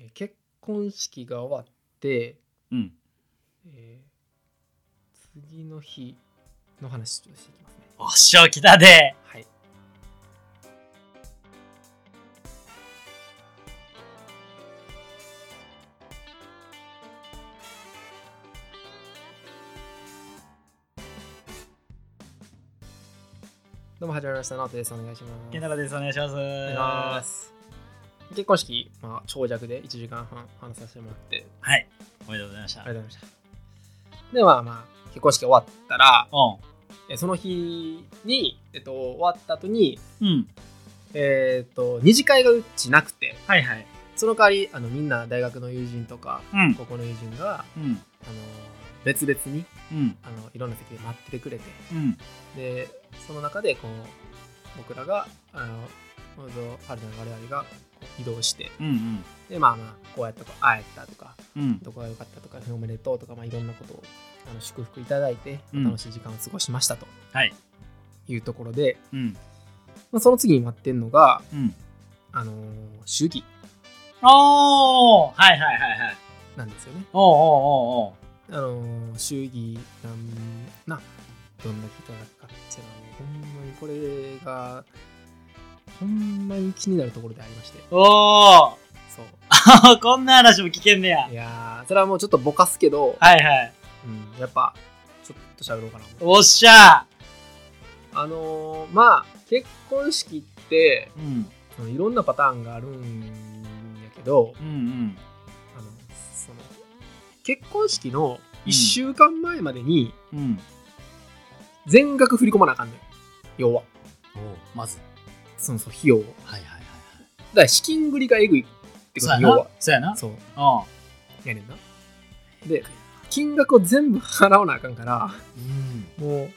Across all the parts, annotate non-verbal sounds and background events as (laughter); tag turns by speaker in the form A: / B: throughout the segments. A: えー結婚式が終わって、
B: うん
A: えー次の日の話ちょっとしていきますね
B: おっしゃ来たで
A: はいどうもはじめまして直人ですお願いします
B: 健太郎ですお願いしますお
A: お願いします結婚式、まあ、長尺で1時間半話させてもらって
B: はいおめでとうございました
A: ありがとうございました。で、まあまあ、結婚式終わったら、
B: う
A: えその日に、えっと、終わった後に、
B: んうん
A: えーっと、二次会がうちなくて、
B: はいはい
A: その代わり、あの、みんな大学の友人とか、
B: うん
A: 高校の友人が、
B: うん
A: あの、別々に、
B: うん
A: あの、いろんな席で待っててくれて、
B: うん
A: で、その中で、こう、僕らが、あの、僕と春菜の我々がこう移動して、
B: うん
A: で、まあまあ、こうやってこう会えたとか、
B: うんうん
A: どこが良かったとか、おめでとうとか、まあ、いろんなことをあの祝福いただいて、
B: うん
A: 楽しい時間を過ごしましたと
B: はい
A: いうところで、
B: うん
A: まあ、その次に待ってるのが、
B: うん
A: あのー祝儀
B: おーはいはいはいはい
A: なんですよね。
B: おおおうおう
A: あのー祝儀なんな、どんだけいただくかっていうのはね、ほんまにこれが、ほんまに気になるところでありまして、
B: おうお
A: そう。
B: ー (laughs) こんな話も聞けんねや
A: いやー、それはもうちょっとぼかすけど、
B: はいはい
A: うん、やっぱ、ちょっと喋ろうかな。
B: おっしゃ
A: あのーまあ、結婚式って、
B: うん
A: そのいろんなパターンがあるんやけど
B: うんうん
A: あのその結婚式の1週間前までに
B: うん
A: 全額振り込まなあかんねん要は
B: おおまず
A: そのそう費用をだか
B: はいはいはいはい
A: ら資金繰りがえぐいってこ
B: そう
A: と
B: や
A: 要
B: な
A: は
B: そうやな
A: そう
B: うん
A: やねんなで金額を全部払わなあかんから
B: うん
A: もう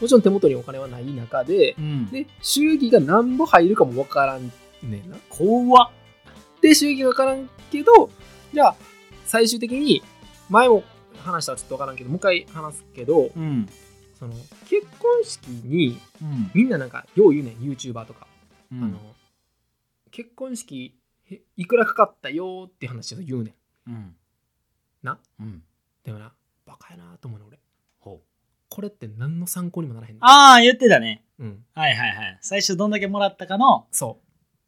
A: もちろん手元にお金はない中で
B: うん
A: で祝儀が何ぼ入るかもわからんねんな
B: 怖っ
A: で収益が分からんけどじゃあ最終的に前も話したらちょっと分からんけどもう一回話すけど
B: うん
A: その結婚式に
B: うん
A: みんななんかよう言うねん YouTuber とか、
B: う
A: あの結婚式へいくらかかったよーって話を言うねん
B: うん
A: な
B: うん
A: でもなバカやなと思うの俺
B: ほう
A: これって何の参考にもならへんねん
B: ああ言ってたね
A: うん
B: はいはいはい最初どんだけもらったかの
A: そ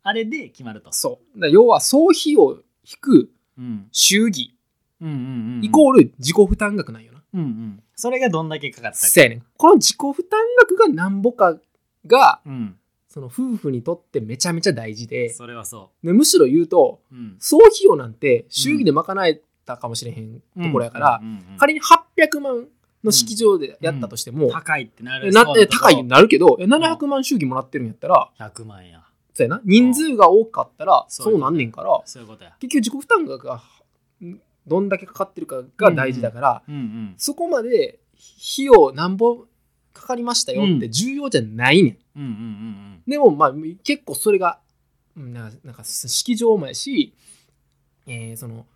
B: あれで決まると
A: うそうだから要は総費を引く
B: うん
A: 祝儀
B: うんうんうん
A: イコール自己負担額なんよな、
B: うんうんそれがどんだけかかった
A: せやねんこの自己負担額がなんぼかが
B: うん
A: その夫婦にとってめちゃめちゃ大事で
B: それはそ
A: でむしろ言うと
B: ううん
A: 総費用なんて祝儀で賄えたかもしれへんところやから、
B: 仮
A: 仮に800万の式場でやったとしても、
B: 高いってなる
A: なって高いに
B: な
A: なるけどえ700万祝儀もらってるんやったら、
B: 100万や
A: そうやな人数が多かったら
B: そう
A: そうなんねんから
B: そういうことや
A: 結局自己負担額がんどんだけかかってるかが大事だから、
B: うんうん
A: そこまで費用なんぼかかりましたよって重要じゃないねん
B: うんうんうん
A: でもまあ結構それがうんなんかなんか式場もやし、えーその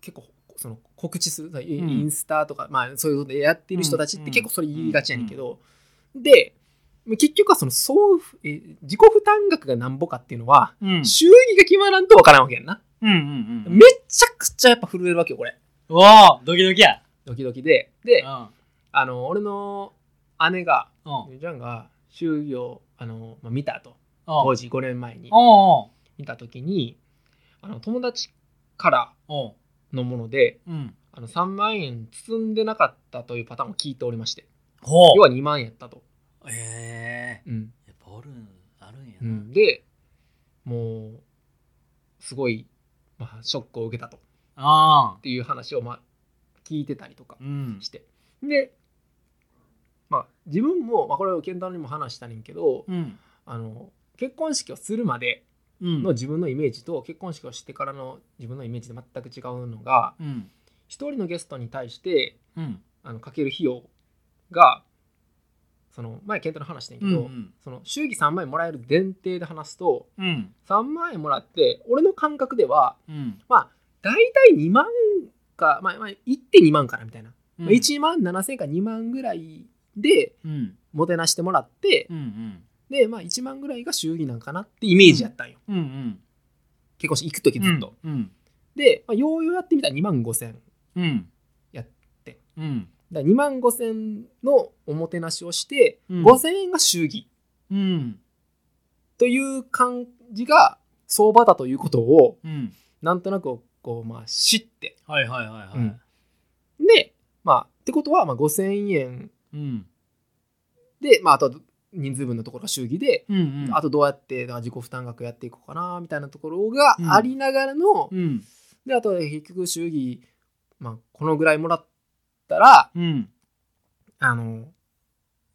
A: 結構その告知するイン
B: ん
A: インスタとか、まあ、そういうのでやってる人たちっ
B: うん
A: て結構それ言いがちやねんけど、で結局はその総負、えー自己負担額がなんぼかっていうのは
B: うんうん
A: 収益が決まらんとわからんわけやんな、
B: うんうんうん
A: めちゃくちゃやっぱ震えるわけよこれ
B: うわードキドキや
A: ドキドキでで
B: うん
A: あの俺の姉が
B: うんうん
A: ジャンが終業あの、まあ、見たと
B: お
A: 当
B: う
A: 時5年前に
B: おう
A: 見た時にあの友達から
B: おう
A: のもので
B: うん
A: あの3万円包んでなかったというパターンを聞いておりまして
B: ほう
A: 要は2万円やったと、
B: ええ
A: うん
B: やっぱおるんあるんや
A: う
B: な、
A: んでもうすごい、まあ、ショックを受けたとっ
B: ああ
A: ていう話を、まあ、聞いてたりとか
B: うん
A: してでまあ自分も、まあ、これを健太郎にも話したねんけど
B: うん
A: あの結婚式をするまで
B: うん
A: の自分のイメージと結婚式をしてからの自分のイメージで全く違うのが
B: うん
A: 一人のゲストに対して
B: うん
A: あのかける費用がその前健太の話したんや
B: う
A: け
B: んう
A: ど、
B: ん
A: その祝儀3万円もらえる前提で話すと
B: うん
A: 3万円もらって俺の感覚では
B: うん
A: 大体2万か、まあ、まあ1.2万かなみたいな、
B: うん
A: まあ1万7千か2万ぐらいで
B: うん
A: もてなしてもらって
B: うんうん
A: で、まあ、1万ぐらいが祝儀なんかなってイメージやったんよ、
B: うんうん
A: 結婚式行く時ずっと。
B: うん
A: で、まあ、ようやってみたら2万5千
B: うん。
A: やって。
B: うん。
A: だ2万5千のおもてなしをして、
B: うん
A: 5千円が祝儀
B: うん。
A: という感じが相場だということを
B: うん。
A: なんとなくこう、まあ、知って
B: はいはいはいは
A: うん
B: い。
A: でまあってことはまあ5,000円
B: うん。
A: で、まあ、あとは人数分のところが祝儀で、
B: うん。うん。
A: あとどうやってだから自己負担額やっていこうかなみたいなところがありながらの、
B: うん。
A: であとは結局祝儀、まあ、このぐらいもらったら
B: うん。
A: あの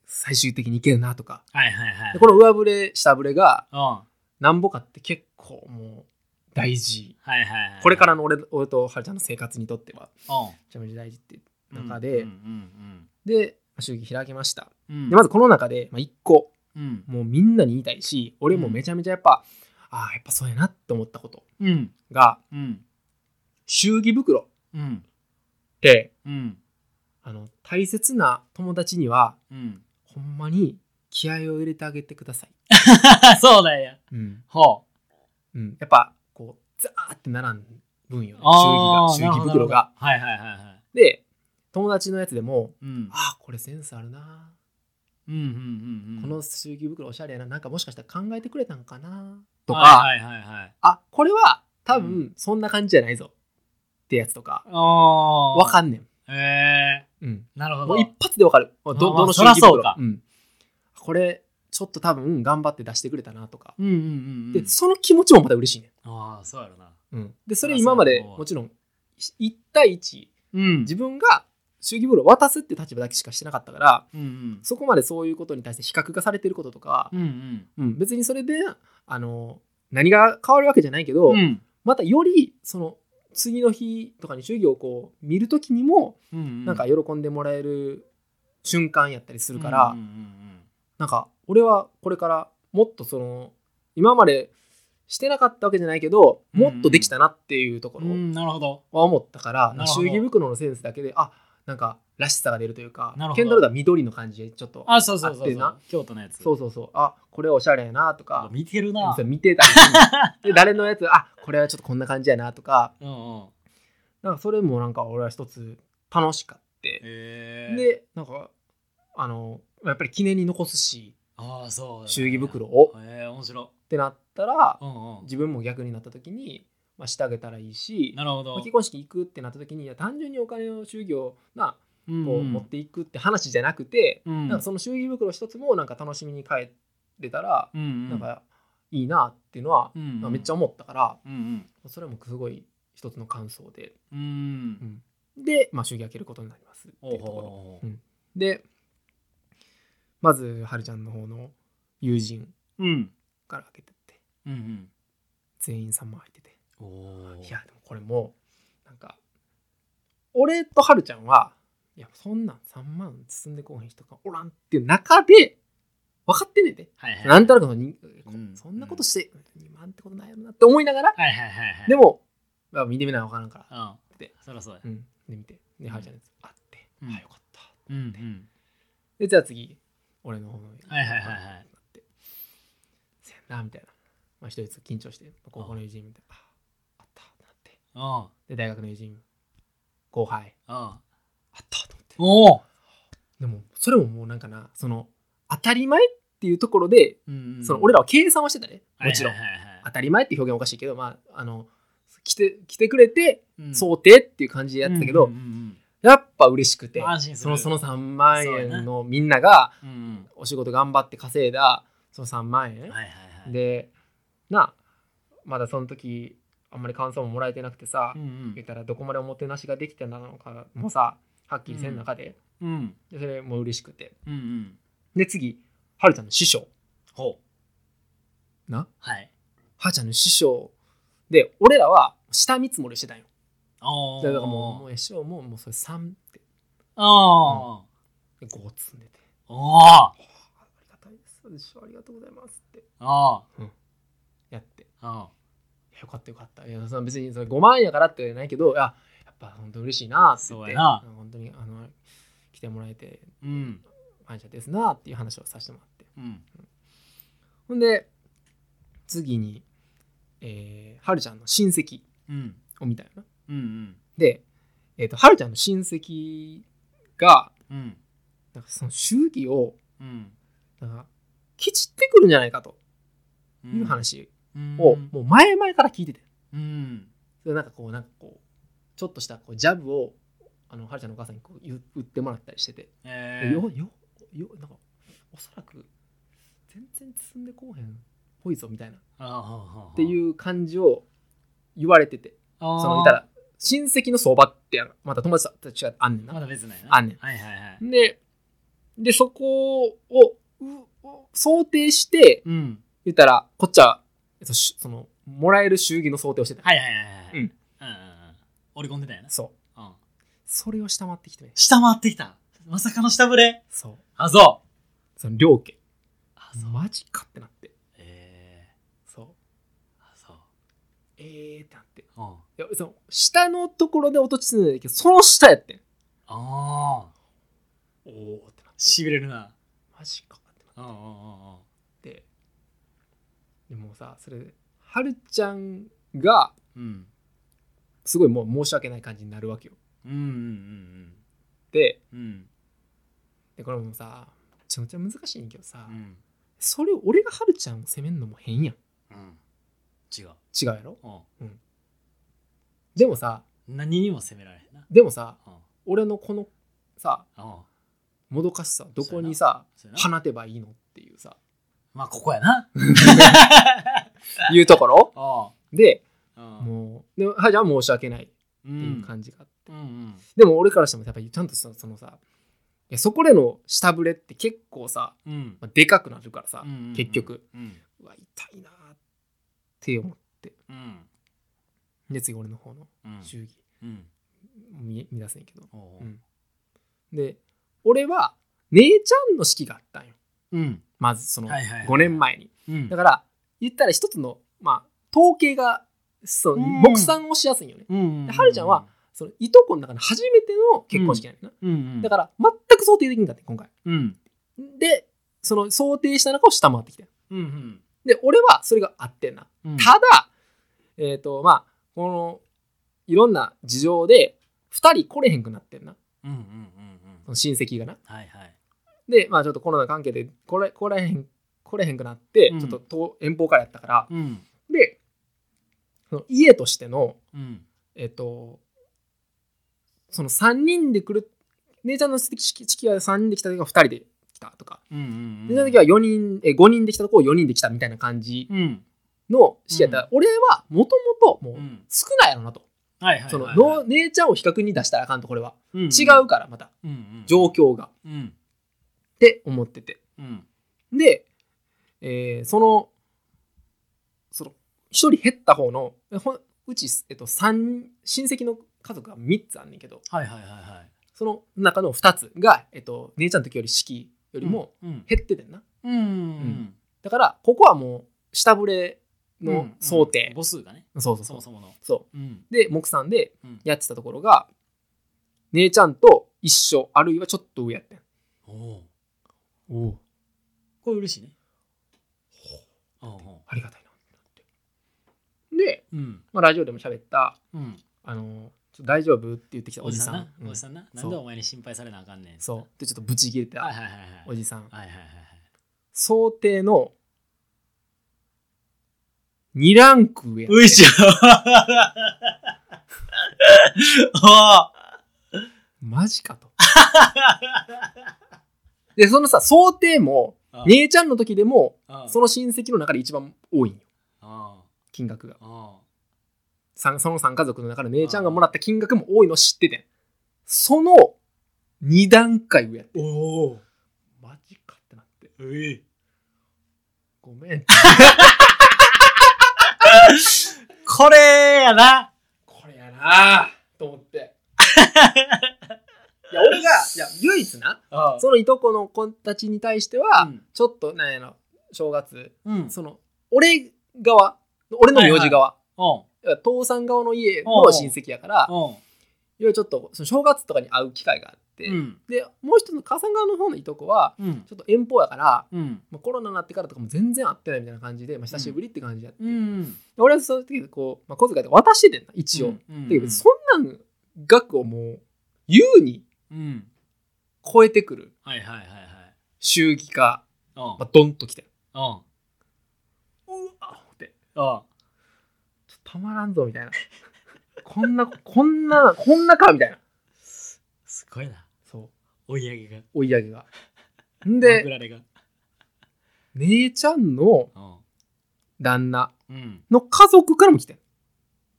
A: 最終的にいけるなとか
B: はいはいはい
A: で。この上振れ下振れが
B: うん。は
A: なんぼかって結構もう大事
B: いはいはい。。
A: これかららの俺俺とはるちゃんの生活にとってはめちゃめちゃ大事っていう
B: うん。
A: 中で
B: うんうん
A: で祝儀開きました
B: うん。うん
A: でまずこの中で、まあ、1個
B: うん。
A: もうみんなに言いたいし俺もめちゃめちゃやっぱ、ああやっぱそうやなって思ったこと
B: うん。
A: が
B: うん。
A: 祝儀袋っ
B: うん。
A: て
B: うん。
A: あの大切な友達には
B: うん。
A: ほんまに気合を入れてあげてください、
B: (laughs) そうだよ。
A: うん
B: ほ
A: うん、やっぱこうザーって並ぶんよ
B: う。
A: ね
B: あ
A: 祝儀が
B: ー
A: 祝儀袋。が
B: なるほどなるほどはいはいはいはい。
A: で友達のやつでも
B: うん。
A: ああこれセンスあるな
B: うんうんうんうん。
A: この祝儀袋おしゃれやななんかもしかしたら考えてくれたんかなとか、
B: はいはいはいはい。
A: あこれは多
B: う
A: 分そんな感じじゃないぞってやつとか
B: ああ。
A: わかんねん、
B: え
A: うん、
B: ー。なるほ
A: も
B: ど。
A: う一発でわかるどど
B: まあ
A: の
B: そ
A: 祝
B: ら
A: 儀袋
B: そうか
A: うん、これちょっと多分頑張って出してくれたなとか、
B: うんうんうんうん。
A: でその気持ちもまた嬉しいね
B: ああ、そうやろな。
A: ん、うん、でそれ
B: そらそう
A: 今までもちろん1対1
B: うん。
A: 自分が祝儀袋を渡すっていう立場だけしかしてなかったから
B: うんうん。
A: そこまでそういうことに対して比較がされてることとか
B: う、んうん。
A: うん、別にそれであの何が変わるわけじゃないけど、
B: うん。
A: またよりその次の日とかに授業をこう見る時にも
B: うんうん。
A: なんか
B: す
A: 喜んでもらえる瞬間やったりするから、
B: うんうんうん
A: なんか俺はこれからもっとその今までしてなかったわけじゃないけど
B: うんう
A: も
B: ん
A: っとできたなっていうとこ
B: う
A: ろ
B: ん、なるほど。
A: は思ったから、
B: なるほど
A: 祝儀袋のセンスだけであなんからしさが出るというか
B: なるほ
A: ケ
B: ど
A: ンタロウだ緑の感じでちょっと
B: あ、そうそう
A: 合
B: そ
A: って
B: う
A: る
B: そ
A: な
B: う。京都のやつ。
A: そうそうそうあこれおしゃれやなとか
B: 見てるな。
A: そう見てたで誰のやつあこれはちょっとこんな感じやなとか
B: うんうん。
A: なんかそれもなんか俺は一つ楽しかって、
B: へえ。、
A: でなんかあのやっぱり記念に残すし
B: ああ、そうだ。
A: 祝儀袋。を
B: へえ、面白
A: ってなったら
B: い。うんうん。
A: 自分も逆になった時に、まあ、してあげたらいいし、
B: なるほど。
A: まあ結婚式行くってなった時にいや単純にお金を祝儀をな
B: うん
A: こう持っていくって話じゃなくて、
B: うん。
A: なんかその祝儀袋一つもなんか楽しみに変えれたら、
B: うんうん。
A: なんかいいなっていうのは、
B: うん
A: まあ
B: うん。
A: めっちゃ思ったから
B: うん
A: それもすごい一つの感想で
B: うん。うん。
A: で、まあ、祝儀開けることになりますってい
B: お
A: うところ。
B: お
A: うんでまずはるちゃんの方の友人
B: うん
A: から開けてって
B: うんうん
A: 全員3万開いてて
B: おお
A: いやでもこれもうなんか俺とはるちゃんはいやそんなん3万進んでこうへん人がおらんっていう中で分かってんねんで
B: はいはい
A: なんとなくそのに
B: うん
A: そんなことして2万ってことないよなって思いながら
B: はいはいはいはい
A: でもまあ見てみない分からんから
B: うん
A: で
B: そりゃそうや
A: うんで見てではるちゃんのやつあって
B: うん
A: あよかった
B: うんうん
A: でじゃあ次俺の方の
B: はいはいはいはい
A: ってせやなみたいな、まあ、一人ずつ緊張して高校の友人みたいなああったってなって
B: う
A: で
B: ん
A: 大学の友人後輩
B: うん
A: あったと思って
B: おお
A: でもそれももうなんかなその当たり前っていうところで、
B: うん
A: その俺らは計算はしてたねもちろん、
B: はいはいはいは
A: 当たり前って表現おかしいけどまああの来て来てくれて
B: いうん
A: 想定っていう感じでやってたけど、
B: うんうんうん
A: やっぱ嬉しくて
B: うん安心す
A: そ
B: る
A: のその3万
B: そうやな
A: 円のみんなが
B: うん
A: お仕事頑張って稼いだその3万円、
B: うんはいはいはい
A: でなまだその時あんまり感想ももらえてなくてさ、
B: うん
A: 言ったらどこまでおもてなしができてなのかもさはっきりせん中で,、
B: うんうん
A: でそれも嬉しくて
B: うんうん
A: で次はるちゃんの師匠
B: ほう
A: な
B: はい
A: はるちゃんの師匠で俺らは下見積もりしてたんよ
B: おお
A: だからもうもう師匠ももうそれ3って
B: お
A: 5積んでて
B: おお
A: あありがたいです師匠ありがとうございますって
B: お
A: やって
B: お
A: よかったよかった。いやその別にそれ5万円やからって言わないけど、いややっぱ本当嬉しいなって言って、
B: そうやな
A: うん本当にあの来てもらえて
B: うん
A: 感謝ですなっていう話をさせてもらって。
B: うん
A: ほんで、次に、えーはるちゃんの親戚
B: うん
A: を見たよな。
B: うん
A: で、えっ、と、はるちゃんの親戚が、
B: うんうん
A: なんかその祝儀を、
B: うん
A: なんか、きちってくるんじゃないかと
B: う
A: いうん話
B: うん
A: を、もう前々から聞いてて。
B: うん
A: それなんかこう、なんかこう、ちょっとしたこうジャブを、あの、はるちゃんのお母さんにこう言言ってもらったりしてて。
B: えー
A: よよよなんかおそらく全然進んでこうへんっぽいぞみたいなっ
B: あははは
A: ていう感じを言われてて
B: あー
A: その言ったら親戚の相場ってやんまた友達たちがあんねん
B: ま
A: な
B: だ別なんやな
A: あんねん
B: はいはいはい
A: ででそこをうを想定して
B: うん
A: 言ったらこっちはえっとしそのもらえる祝儀の想定をしてた、
B: はいはいはいはい
A: うん
B: うんうんうん織り込んでたんやな
A: そう
B: うん
A: それを下回ってきてね
B: 下回ってきたまさかの下振れ
A: そう
B: あそう
A: その両家
B: あそう
A: マジかってなって
B: え
A: そう
B: ーあそう
A: えーってなって
B: うん
A: いやその下のところで落としつんだけどその下やってん
B: ああ
A: おおってなって
B: しびれるな
A: マジかってなっ
B: うんうんうんうん
A: てでもさそれはるちゃんが
B: うん
A: すごいもう申し訳ない感じになるわけよ
B: うんうん
A: で
B: うんうん
A: でこれもさめちゃめちゃ難しいんやけどさ、
B: うん
A: それを俺がはるちゃんを責めんのも変やん
B: うん違う
A: 違うやろ
B: うん
A: でもさ
B: 何にも責められへんな
A: でもさ
B: うんうん
A: 俺のこのさもどかしさどこにさ
B: そうやな
A: 放てばいいのっていう (laughs) さ
B: まあここやな
A: いうところ
B: あ
A: で
B: あうん
A: もうではるちゃんは申し訳ないっ
B: う
A: ていうん感じがあって、
B: うん
A: でも俺からしてもやっぱりちゃんとそのそのさいやそこでの下振れって結構さ、
B: うん
A: まあ、でかくなるからさ、
B: うんうん
A: 結局
B: うん
A: うわ痛いなーって思って
B: うん
A: で次俺の方の
B: うん
A: 祝儀
B: うん
A: 見見出せんけど、
B: おう
A: う、
B: おうん
A: で俺は姉ちゃんの式があったんよ
B: うん
A: まずその
B: はいはいはい
A: 5年前に、
B: うん
A: だから言ったら一つのまあ統計がそう
B: うん
A: 目算をしやすいんよね、
B: うん
A: ではるちゃんはそのいとこの中の初めての結婚式なんよな、
B: うんうん
A: だから全く想定できんかった今回
B: うん
A: で、その想定した中を下回ってきたよ
B: うんうん
A: で、俺はそれが合ってんな。
B: うん
A: ただ、えっ、と、まあ、この、いろんな事情で、二人来れへんくなってんな。
B: うんうんうん
A: そ
B: うん
A: の親戚がな。
B: はいはい
A: で、まあちょっとコロナ関係で来れ、来れへん、来れへんくなって、
B: うん
A: ちょっと遠遠方からやったから。
B: うん
A: で、その家としての、
B: うん
A: えっ、と、その三人で来る、姉ちゃんの式式は三人で来た時は二人で来たとか、
B: うんうん
A: 姉ちゃんの時は四人、え5人で来たとこを4人で来たみたいな感じ
B: うん
A: の式やったら、俺はもともともう
B: うん
A: 少ないやろなと、
B: はいはいはいはい
A: そのの姉ちゃんを比較に出したらあかんとこれは、
B: うんうん
A: 違うからまた
B: うんうん
A: 状況が、っ
B: うん
A: て思ってて
B: うん
A: で、えーそのその一人減った方のえほんうち、えっと、三親戚の家族が3つあんねんけど
B: はいはいはいはい
A: その中の2つが、えっと、姉ちゃんの時より式よりも
B: うん
A: 減っててんな、
B: うんうん
A: だからここはもう下振れ
B: うんう
A: の
B: ん
A: 想定、
B: 母数がね
A: そうそう
B: そ
A: そう
B: もそもの
A: そう
B: うん
A: で木さんで
B: うん
A: やってたところが、姉ちゃんと一緒あるいはちょっと上やってん
B: おお
A: お
B: これ嬉しいねおお
A: ありがたいなってで、
B: うん
A: まあ、ラジオでも喋った
B: うん
A: 「あのちょっと大丈夫?」って言ってきたお
B: お
A: じ
B: じ
A: さ
B: さん
A: ん
B: なおじさんななんでお前に心配されなあかんね
A: うんんそうでちょっとブチ切れ
B: はい
A: た
B: はいはいはい
A: おじさん
B: はいはいはい
A: 想定の2ランク上やってん
B: ういしょお
A: マジかとでそのさ想定も
B: あ
A: 姉ちゃんの時でも
B: お
A: その親戚の中で一番多いんよ
B: あ
A: 金額が
B: ああ
A: さんその3家族の中で姉ちゃんがもらった金額も多いの知っててんその2段階上やって
B: おお
A: マジかってなって
B: うい
A: ごめん
B: これやな
A: これやなと思って (laughs) いや俺がいや唯一な
B: あ
A: そのいとこの子たちに対しては、
B: うん
A: ちょっとなんやろ正月
B: うん
A: その俺側俺の名字側、
B: おう
A: いや父さん側の家
B: おうお
A: の
B: う
A: 親戚やからいわ
B: おう
A: ゆるちょっとその正月とかに会う機会がって、
B: うん
A: でもう一つの笠川の方のいとこは
B: うん
A: ちょっと遠方やから、
B: うん
A: まあ、コロナになってからとかも全然会ってないみたいな感じで、まあ、久しぶりって感じやって、
B: うん
A: で俺はその時こう、まあ、小遣いで渡しててんな一応、だけどそんなん額をもう優に
B: うん
A: 超えてくる
B: はいはいはいはい
A: 祝儀が、
B: うん
A: まあ、ドンときて
B: うん
A: うわって
B: うん
A: ちょっとたまらんぞみたいな (laughs) こんなこんなこんなかみたいな
B: すごいな
A: そう
B: 追い上げが
A: 追い上げがん
B: で
A: で
B: られが
A: 姉ちゃんの
B: うん
A: 旦那
B: うん
A: の家族からも来てん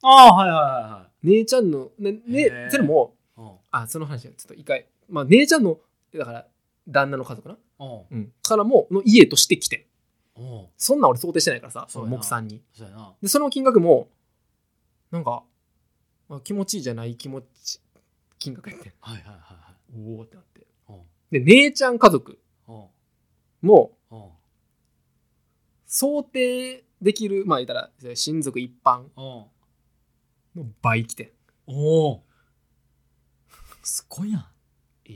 B: ああはいはいはいはい
A: 姉ちゃんのね
B: へ
A: ね
B: ー
A: それも
B: うん
A: あその話はちょっと一回まあ姉ちゃんのだから旦那の家族な、
B: うん
A: うん、からもの家として来てん
B: うん
A: そんなん俺想定してないからさそ
B: そう
A: の
B: やな
A: 木さんに
B: そうやな
A: でその金額もなんか、まあ、気持ちいいじゃない気持ち金額やってん
B: はいはいはいはい
A: おおってなって
B: うん
A: で姉ちゃん家族
B: うん
A: も
B: うん
A: 想定できるまあ言ったら親族一般
B: うん
A: の倍来てん
B: おおすごいやん
A: え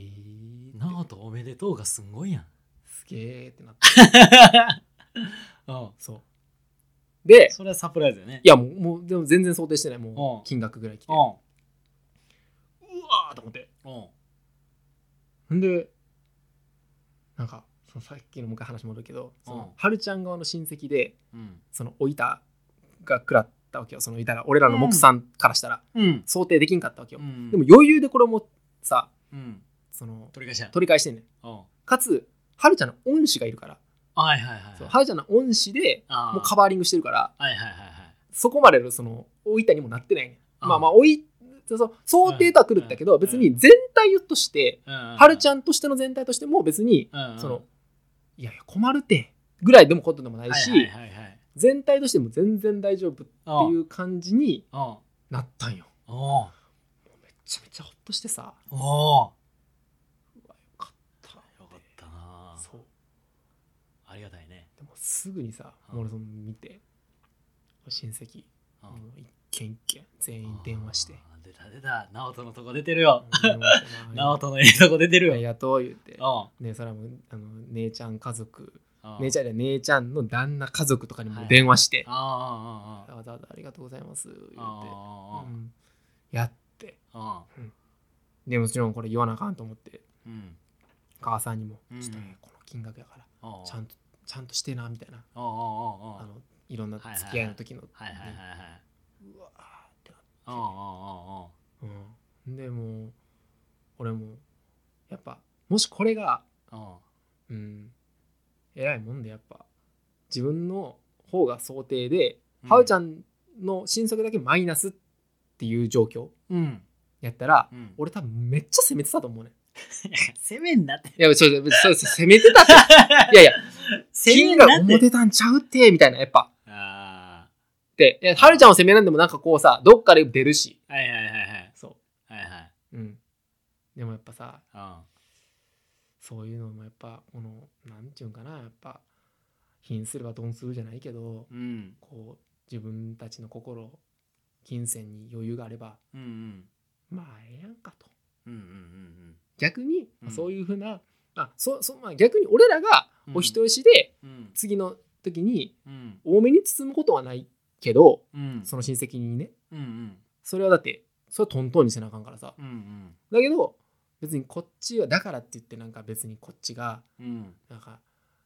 A: ー
B: なおとおめでとうがすごいやん
A: すげーってなって
B: うん
A: (laughs) そうで
B: それはサプライズよね
A: いやもうもうでも全然想定してない
B: うん
A: もう金額ぐらい来て
B: う
A: うわーと思って
B: んうん
A: んでなんかそのさっきのもう一回話戻るけどその
B: うん
A: はるちゃん側の親戚で
B: うん
A: そのおいたが食らったわけよそのいたら俺らの木さんからしたら
B: うん
A: 想定できんかったわけよ、
B: うん
A: でも余裕でこれもさ
B: うん
A: その
B: 取り返しやん
A: 取り返してんねん
B: うん
A: かつはるちゃんの恩師がいるから
B: はいはいはい
A: そう
B: い
A: はるちゃんの恩師で
B: あー
A: もうカバーリングしてるから
B: はいはいはいはい
A: そこまでのそのおいたにもなってないねん
B: あー
A: まあまあおいそうそう想定とは狂ったけど
B: うん
A: 別に全体としては
B: は
A: るち
B: ん、
A: ゃんとしての全体としても別に
B: うんうん、
A: そのいやいや困るてぐらいでもことでもないし
B: はいはいはいはい
A: 全体としても全然大丈夫っ
B: あ
A: ていう感じに
B: あ
A: なったんよ
B: あ
A: めちゃめちゃほっとしてさ
B: ああ
A: 買った
B: よかったな
A: そう
B: ありがたいね、
A: でもすぐにさ
B: うん
A: もう俺その見て親戚
B: う
A: もう一軒一軒全員電話して
B: あー出た出た直人のとこ出てるよ
A: うん電話して
B: (laughs) 直人のいいとこ出てる
A: あり
B: よ
A: がとう言って
B: あ
A: ねそれはもうあの姉ちゃん家族
B: あ
A: 姉ちゃんや姉ちゃんの旦那家族とかに
B: は
A: も
B: い
A: 電話して、
B: あああ
A: わざわざありがとうございます言って、
B: ああ
A: うんやって
B: ああ
A: でもちろんこれ言わなあかんと思って
B: うん
A: 母さんにも「
B: うん
A: ちょっとねこの金額やから
B: ああ
A: ちゃんとちゃんとしてな」みたいな
B: ああああ
A: あのいろんな付き合いの時の、
B: はいはいはいはい
A: ねうわーってなっ
B: あああ
A: て、うん、でもう俺もやっぱもしこれが
B: ああ
A: うん偉いもんでやっぱ自分の方が想定で
B: うん
A: ハウちゃんの新作だけマイナスっていう状況
B: うん
A: やったら、
B: うん
A: 俺多分めっちゃ攻めてたと思うねん。
B: 攻めんなって
A: いや、そうそうそうそう攻めてた
B: (laughs)
A: って。いやいや、
B: 攻め
A: 金
B: んな
A: が
B: って
A: 思ってたんちゃうって、みたいな、やっぱ。
B: あ
A: で、いやはるちゃんを攻めらんでもなんかこうさ、どっかで出るし。
B: あはいはいはいはい
A: そ。
B: はいはいう
A: うん。でもやっぱさ、
B: あ
A: そういうのもやっぱ、この、なんていうんかな、やっぱ、貧すれば鈍するじゃないけど、
B: うん
A: こう、自分たちの心、金銭に余裕があれば、
B: うんうん
A: まあ、ええやんかと。
B: うんうんうん
A: 逆に、まあ
B: うん
A: そういうふうな、あそそまあ、逆に俺らが
B: うん
A: お人よしで
B: うん
A: 次の時に
B: うん
A: 多めに包むことはないけど、
B: うん
A: その親戚にね
B: うんうん
A: それはだってそれはトントンにせなあかんからさ
B: うんうん
A: だけど別にこっちはだからって言ってなんか別にこっちが
B: うん
A: なんか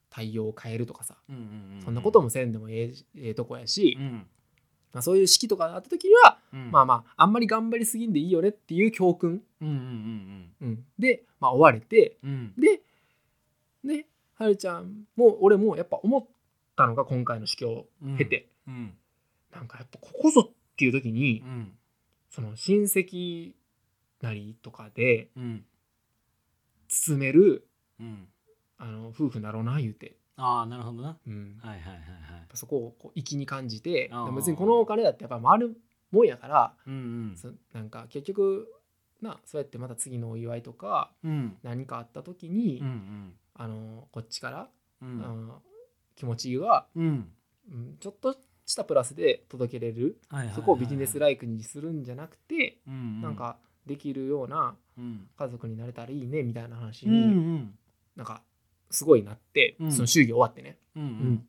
A: 対応を変えるとかさ
B: うんうんうん
A: そんなこともせんでもええええとこやし、
B: うん
A: まあ、そういう式とかあった時には、
B: うん
A: まあまああんまり頑張りすぎんでいいよねっていう教訓、
B: うんうん
A: うんで、まあ、追われて
B: うんうん
A: でねはるちゃんも俺もやっぱ思ったのが今回の試教を
B: うん
A: 経て、
B: うん
A: なんかやっぱここぞっていう時に、
B: うん
A: その親戚なりとかで
B: うん
A: 包める
B: うん
A: あの夫婦なろうな言うて、
B: ああなるほどな
A: うんやっ
B: はいはいはいはい
A: ぱそこをこう粋に感じてで
B: あー
A: も別にこのお金だってやっぱ回るもんやから、
B: うん
A: そなんか結局なそうやってまた次のお祝いとか
B: うんうん
A: 何かあった時に、
B: うん
A: あのこっちから、あ
B: うん
A: の気持ちが
B: うん
A: うんちょっとしたプラスで届けれる
B: はいはいはいはい
A: そこをビジネスライクにするんじゃなくて、
B: うんうん
A: なんかできるような
B: うん
A: 家族になれたらいいねみたいな話
B: うんう
A: に、
B: ん
A: なんかすごいなって、
B: うん
A: その祝儀終わってね、
B: うんう
A: うん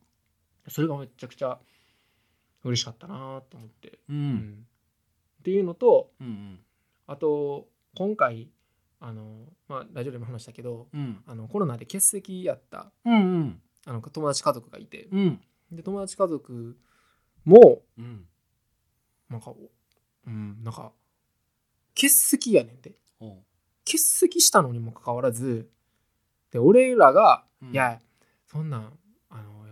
A: それがめちゃくちゃ嬉しかったなと思って、
B: う
A: うんっていうのと
B: うん
A: あと今回あの、まあ、ラジオでも話したけど
B: うん
A: あのコロナで欠席やった
B: うんうん
A: あの友達家族がいて、
B: うん
A: で友達家族も
B: うん
A: なんか、うん、なんか欠席やねんて
B: おう
A: 欠席したのにもかかわらずで俺らが
B: うん
A: いや、そんなん、あの、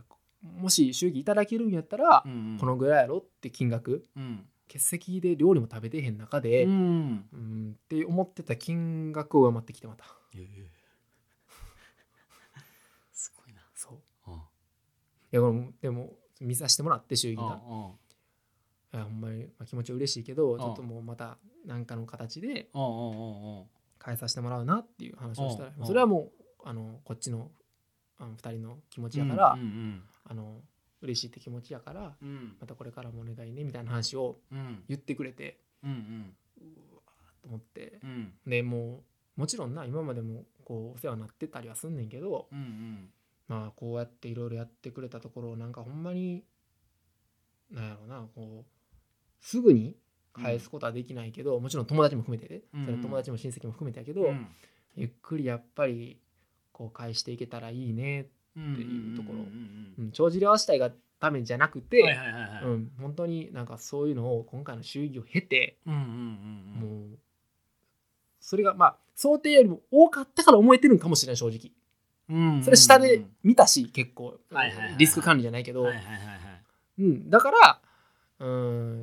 A: もし祝儀いただけるんやったら
B: う、んうん
A: このぐらいやろって金額、
B: うん
A: 欠席で料理も食べてへん中で、
B: う
A: うん、
B: ん
A: って思ってた金額を上回ってきてまた。
B: ええ (laughs) すごいな
A: そう。
B: あ
A: いや、これもでも、見させてもらって、祝儀
B: あ
A: が。
B: あ
A: いや、ほんまに、まあ、気持ちは嬉しいけど、
B: ん
A: ちょっともうまた、なんかの形で
B: ああああ
A: 返させてもらうなっていう話をしたら
B: う、ん
A: それはもう、あの、こっちの、あの、二人の気持ちやか
B: う
A: ら
B: ん、うん
A: あの、嬉しいって気持ちやから、
B: うん
A: またこれからもお願いね、みたいな話を
B: うん
A: 言ってくれて、
B: うん
A: うわーと思って
B: うんうん
A: でもうもちろんな今までもこうお世話になってたりはすんねんけど
B: うんうん
A: まあこうやっていろいろやってくれたところをなんかほんまになんやろうなこうすぐに返すことはできないけど、もちろん友達も含めてね、
B: うんうん
A: それは友達も親戚も含めてやけど、
B: うん
A: ゆっくりやっぱりこう返していけたらいいね、
B: って
A: いうところ
B: うん
A: う
B: うん
A: ん、帳尻合わせたいがためじゃなくて、
B: うんはいはいはいはい
A: うん、本当になんかそういうのを今回の祝儀を経て、
B: うんうんうんうん
A: もうそれがまあ想定よりも多かったから思えてるんかもしれない正直
B: うんうんうん
A: それ下で見たし結構
B: はいはいはい
A: リスク管理じゃないけど、
B: はいはいはいはい
A: うん、だからう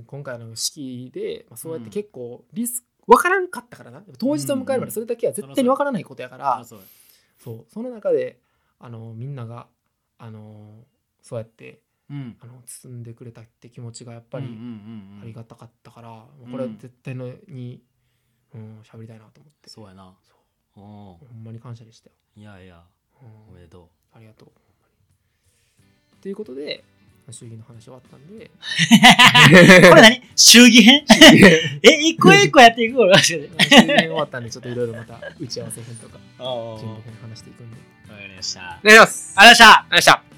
A: ん今回の式で、まあ、そうやって結構リスク分からんかったからな当日を迎えるまでそれだけは絶対に分からないことやから、
B: あそう
A: そうその中であのみんながあのそうやって
B: うん
A: あの包んでくれたって気持ちがやっぱり、
B: うんうんうんうん
A: ありがたかったから、もうこれは絶対のにうん喋りたいなと思って
B: そうやな
A: そ
B: おお
A: ほんまに感謝でしたよ。
B: いやいや
A: うん
B: おめでと
A: ありがとう。ほんまにということで、祝儀の話終わったん
B: (laughs)
A: で、
B: うこれ何祝儀編 (laughs) え一個一個やっていくこれマジ
A: (laughs)
B: で
A: 祝儀終わったんで、ちょっといろいろまた打ち合わせ編とか、
B: ああわ
A: 準備編話していくんで。
B: かりましたありがとう
A: お願いします。
B: ございました
A: ありがとうございました。